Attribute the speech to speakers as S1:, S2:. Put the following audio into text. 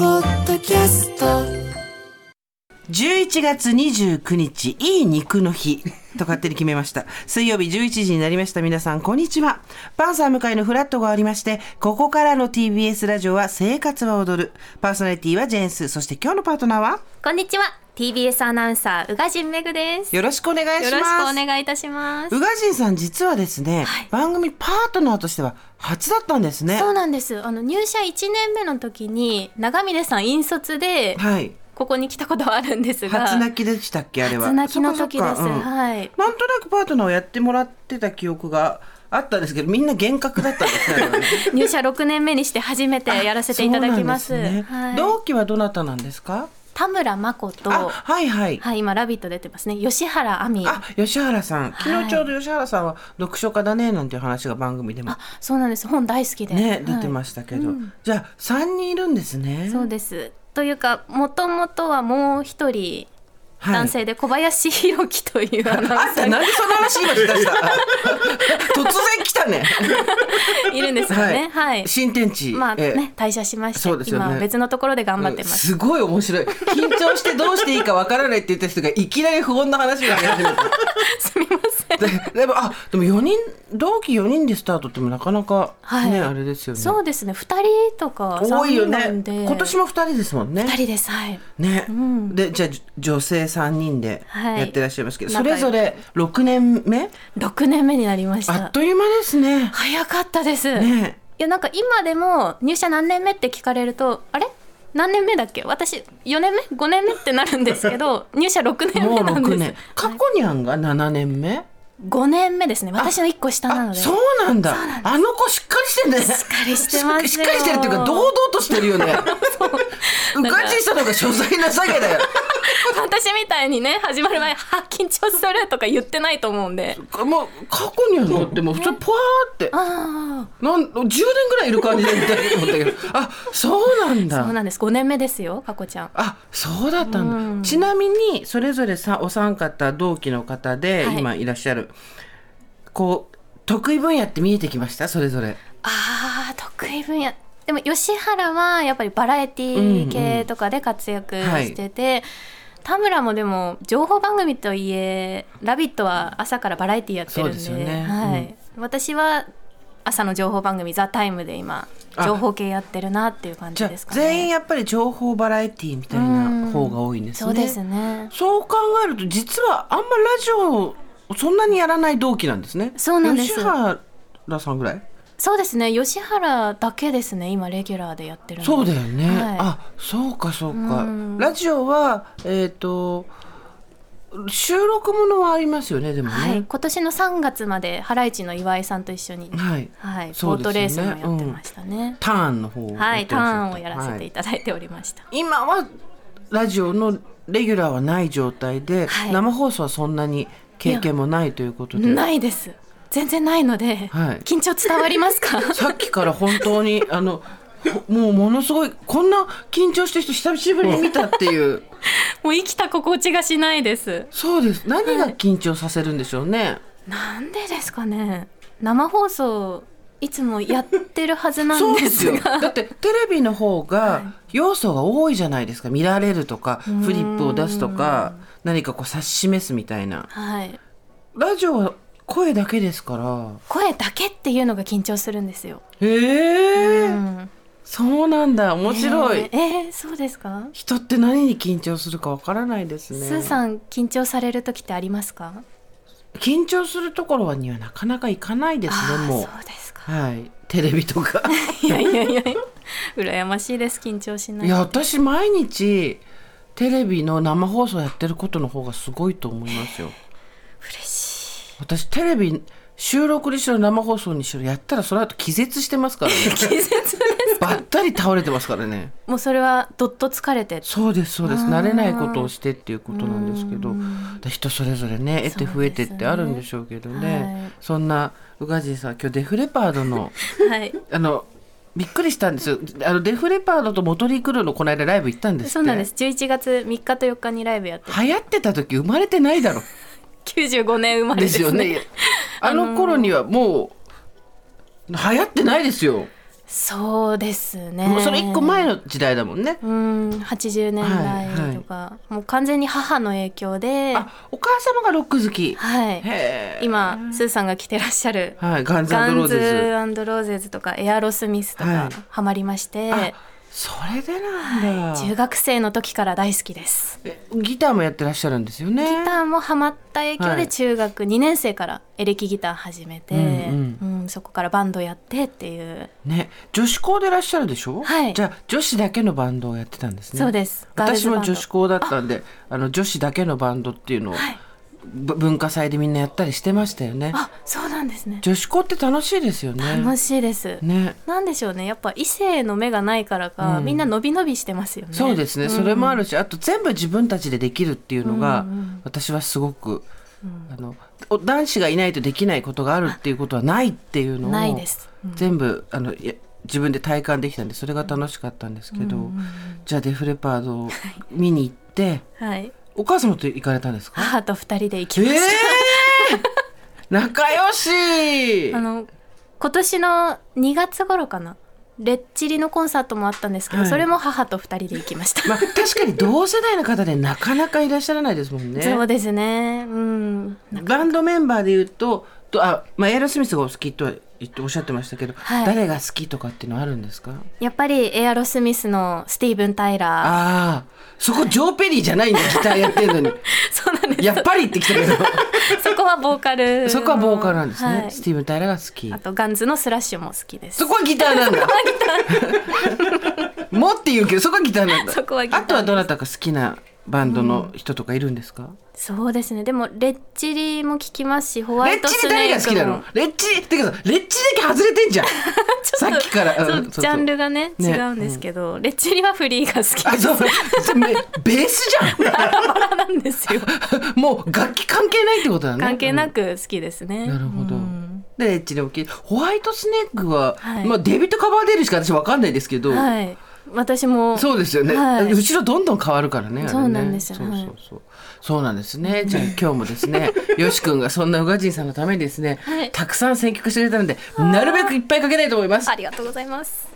S1: キャスト
S2: 11月29日、いい肉の日。と勝手に決めました。水曜日11時になりました。皆さん、こんにちは。パンサー向かいのフラットがありまして、ここからの TBS ラジオは生活は踊る。パーソナリティはジェーンス。そして今日のパートナーは
S3: こんにちは TBS アナウンサー宇賀神めぐですよ
S2: よろしくお願い
S3: ろ
S2: し
S3: し
S2: ま
S3: くお
S2: す。
S3: 願いいたします
S2: 宇賀神さん、実はですね、番組パートナーとしては初だったんですね。
S3: そうなんですあの入社1年目の時に長峰さん引率で
S2: はい。
S3: ここに来たことはあるんですが
S2: 初泣きでしたっけあれは。
S3: 初泣きの時です
S2: そっかそっかうん
S3: はい
S2: なんとなくパートナーをやってもらってた記憶があったんですけど、みんな幻覚だったんですねあれはね。
S3: 入社6年目にして初 めてやらせていただきます
S2: そうなんでね
S3: はい、
S2: 同期はどなたなんですか？
S3: 田村真子と
S2: あ、はいはい。
S3: はい今「ラビット!」出てますね吉原亜美
S2: あ、吉原さん。昨
S3: は
S2: 日
S3: い
S2: ちょうど吉原さんは読書家だねなんていう話が番組でも
S3: あそうなんです本大好きで
S2: ね出て
S3: す
S2: ましたけど、じゃあ三人いるんですね。
S3: そうです。というか、もともとはもう一人、
S2: はい
S3: 男性で小林弘樹 というアナウ
S2: あ
S3: ン
S2: ん
S3: サ
S2: た
S3: ー
S2: な
S3: が
S2: んでその話今しだ した？突然来たね。
S3: いるんですよね。はい。
S2: 新天地。
S3: まあ
S2: え
S3: ね、退社しまして、
S2: そうですよね
S3: 今は別のところで頑張ってます。
S2: すごい面白い緊張してどうしていいかわからないって言った人がいきなり不穏な話をやり始めた
S3: すみません。
S2: ででもあでも4人同期4人でスタートってもなかなか、
S3: はい
S2: ねあれですよね
S3: そうですね、二人とか
S2: 多
S3: 三
S2: いよ
S3: 人な
S2: ね
S3: んで、
S2: 今年
S3: も
S2: も2人ですもん
S3: 二
S2: ね
S3: 人です。はい。
S2: ね、
S3: ん
S2: でじゃあじ女性3人で
S3: はい
S2: やってらっしゃいますけど、
S3: 仲良く
S2: それぞれ6年目
S3: 六年目になりまし。
S2: あったという間ですね
S3: 早かったです。
S2: ね
S3: いやなんか今でも入社何年目って聞かれるとあれ何年目だっけ私4年目5年目ってなるんです けど入社6年
S2: もう
S3: 目なんです
S2: 6年過去にゃんが7年目
S3: 5年目ですね私の1個下なの
S2: あ
S3: で
S2: そうなんだあの子しっかりしてんねし
S3: っかりしてますよ
S2: しっかりしてるっていうか堂々としてるよ ねう
S3: なんか
S2: かじいさんの方が所詮なさげだよ
S3: 私みたいにね始まる前はあ緊張するとか言ってないと思うんで
S2: もう過去にゃんだってもう普通にポワーって
S3: あ
S2: なん10年ぐらいいる感じでいたいと思ったけどあそうなん
S3: あ
S2: だ
S3: そうなんです5年目ですよかこちゃん
S2: あそうだったんだ、ちなみにそれぞれさお三方同期の方で
S3: はい
S2: 今いらっしゃる、こう得意分野って見えてきましたそれぞれ
S3: あー得意分野でも吉原はやっぱりバラエティ系とかで活躍してて、田村もでも情報番組といえ「ラビット!」は朝からバラエティやってるんで
S2: そうですよね
S3: はい私は朝の情報番組「ザタイムで今
S2: あ
S3: 情報系やってるなっていう感
S2: じ
S3: じ
S2: ゃあ、
S3: ですかね。
S2: 全員やっぱり情報バラエティみたいな方が多いんですね、
S3: そうですね
S2: そう考えると実はあんまラジオをそんなにやらない同期なんですね
S3: そうなんです
S2: 吉原さんぐらい
S3: そうですね吉原だけですね今レギュラーでやってるの
S2: そうだよね、
S3: はい
S2: あそうかそうか
S3: うん
S2: ラジオはえっ、と収録ものはありますよねでもね
S3: はい、今年の3月までハライチの岩井さんと一緒に、
S2: はい
S3: はい、ボ
S2: そう
S3: ー
S2: ですよね
S3: トレースもやってましたね。
S2: ターンの方をやっ
S3: はい、
S2: て
S3: タ
S2: らっしゃ
S3: ーン
S2: った
S3: をやらせていただいておりました。
S2: はい今はラジオのレギュラーはない状態で、
S3: はい
S2: 生放送はそんなに経験もないということで
S3: ないです。全然ないので、
S2: はい
S3: 緊張伝わりま すか。
S2: さっきから本当 にあのほもうものすごいこんな緊張してる人久しぶりに見たって いう
S3: もう生きた心地がしないです。
S2: そうです何が緊張させるんでしょうね、
S3: なんでですかね。生放送いつもやってるはずな
S2: そ
S3: ん
S2: うで
S3: ですす
S2: よ
S3: が。
S2: だってテレビの方が要素が多いじゃないですか見られるとかフリップを出すとか何かこう指し示すみたいな
S3: はい、
S2: ラジオは声だけですから
S3: 声だけっていうのが緊張するんですよ。
S2: へえ、
S3: うん
S2: そうなんだ面白い、
S3: えーえーそうですか。
S2: 人って何に緊張するかわからないですね
S3: スーさん緊張される時ってありますか？
S2: 緊張するところにはなかなかいかないです
S3: あ
S2: ね
S3: ー
S2: もう
S3: そうですか。
S2: はいテレビと か
S3: いやいやいや、羨ましいです。緊張しないい。
S2: や私毎日テレビの生放送やってることの方がすごいと思いますよ
S3: 嬉しい。
S2: 私テレビ収録にしろ生放送にしろやったらその後 気絶してますからね
S3: 気絶です。
S2: ばったり倒れてますからね
S3: もうそれはどっと疲れて。
S2: そうですそうです
S3: あー
S2: 慣れないことをしてっていうことなんですけどで人それぞれね得て増えてってあるんでしょうけどねそ
S3: はい
S2: んな宇賀神さん今日デフレパードの
S3: はい。
S2: あのびっくりしたんですよあのデフレパードとモトリークルーのこの間ライブ行ったんですって
S3: そうなんです。11月3日と4日にライブやって、
S2: 流行ってた時生まれてないだろ
S3: 95年生まれ
S2: で
S3: ですす
S2: よ
S3: ね。
S2: ねあの頃にはもう流行ってないですよ
S3: そうですね
S2: もうそれ一個前の時代だもんね。
S3: うん80年代とか、もう完全に母の影響では
S2: あ、お母様がロック好き。へ
S3: い
S2: え。
S3: 今スーさんが着てらっしゃる
S2: はい、ガンズ
S3: ガ
S2: ロー
S3: ンズ
S2: ゼズ。
S3: ローゼズとかエアロスミスと
S2: はい
S3: かハマりまして、
S2: あ、それでなんだ。
S3: 中学生の時から大好きです
S2: えギターもやってらっしゃるんですよね。
S3: ギターもハマった影響
S2: は
S3: で
S2: い
S3: 中学2年生からエレキギター始めて、
S2: うん
S3: うんそこからバンドやってっていう、
S2: ね、女子校でいらっしゃるでしょ。
S3: はい
S2: じゃあ女子だけのバンドをやってたんですね。
S3: そうですガール
S2: 私
S3: ズバン
S2: も
S3: ド
S2: 女子校だったんで、あの女子だけのバンドっていうのを、ぶ文化祭でみんなやったりしてましたよね。
S3: あそうなんですね
S2: 女子校って楽しいですよね。
S3: 楽しいです、
S2: ね。
S3: なんでしょうねやっぱ異性の目がないからか、
S2: うん
S3: みんな伸び伸びしてますよね
S2: そうですね、
S3: ん
S2: それもあるしあと全部自分たちでできるっていうのが、
S3: うんうん
S2: 私はすごく、あのお男子がいないとできないことがあるっていうことはないっていうのを
S3: ないです、うん
S2: 全部あのいや自分で体感できたんでそれが楽しかったんですけど、じゃあデフレパードを見に行って
S3: はい
S2: お母様と行かれたんですか
S3: 母と二人で行き
S2: え
S3: ました、
S2: ー、 仲良し
S3: あの今年の2月頃かなレッチリのコンサートもあったんですけど、
S2: はい
S3: それも母と二人で行き ました、
S2: まあ、確かに同世代の方でなかなかいらっしゃらないですもんね。
S3: そうですねうん
S2: バンドメンバーで言うと、とあ、まあ、エアロスミスがお好きとは言っておっしゃってましたけど、
S3: はい
S2: 誰が好きとかっていうのはあるんですか？
S3: やっぱりエアロスミスのスティーブン・タイラー
S2: ああ、そこジョーペリーじゃないんだ、ギターやってる のに。
S3: そうなんです
S2: やっぱりってきたけど、
S3: そこはボーカ ル
S2: そこはボーカルなんですね。
S3: はい
S2: スティーブン・タイラーが好き
S3: あ。とガンズのスラッシュも好きです
S2: そこはギターなんだ。もって言うけど、そこはギターなんだ。
S3: そこはギター
S2: あとはどなたか好きなバンドの人とかいるんですか？
S3: そうですねでもレッチリも聞きますしホワ
S2: レ
S3: イ
S2: ッ
S3: ト
S2: チ
S3: ス
S2: リ誰
S3: ネ
S2: が
S3: ー
S2: 好きな
S3: クも
S2: の？レッチリってかさ、レッチリだけ外れてん じゃん。さっきから、
S3: そう
S2: うんそうそう
S3: ジャンルがね
S2: ね
S3: 違うんですけど、レッチリはフリーが好き
S2: あ、そう、そうめベースじゃ
S3: バラなんで すよ
S2: ん。もう楽器関係ないってことだね。
S3: 関係なく好きですね、
S2: うん。なるほど
S3: うん。
S2: で、エッチで大きい。ホワイトスネークは、
S3: はい
S2: まあ、デビットカバーデルしか私わかんないですけど。
S3: はい私も
S2: そうですよね、
S3: はい
S2: 後ろどんどん変わるからねあれね
S3: そうなんですよ
S2: そう
S3: はい
S2: そうそうそうなんですねじゃあ今日もです ねよし君がそんな宇賀神さんのためにですね、
S3: はい
S2: たくさん選曲してくれたのでなるべくいっぱいかけたいと思います
S3: ありがとうございます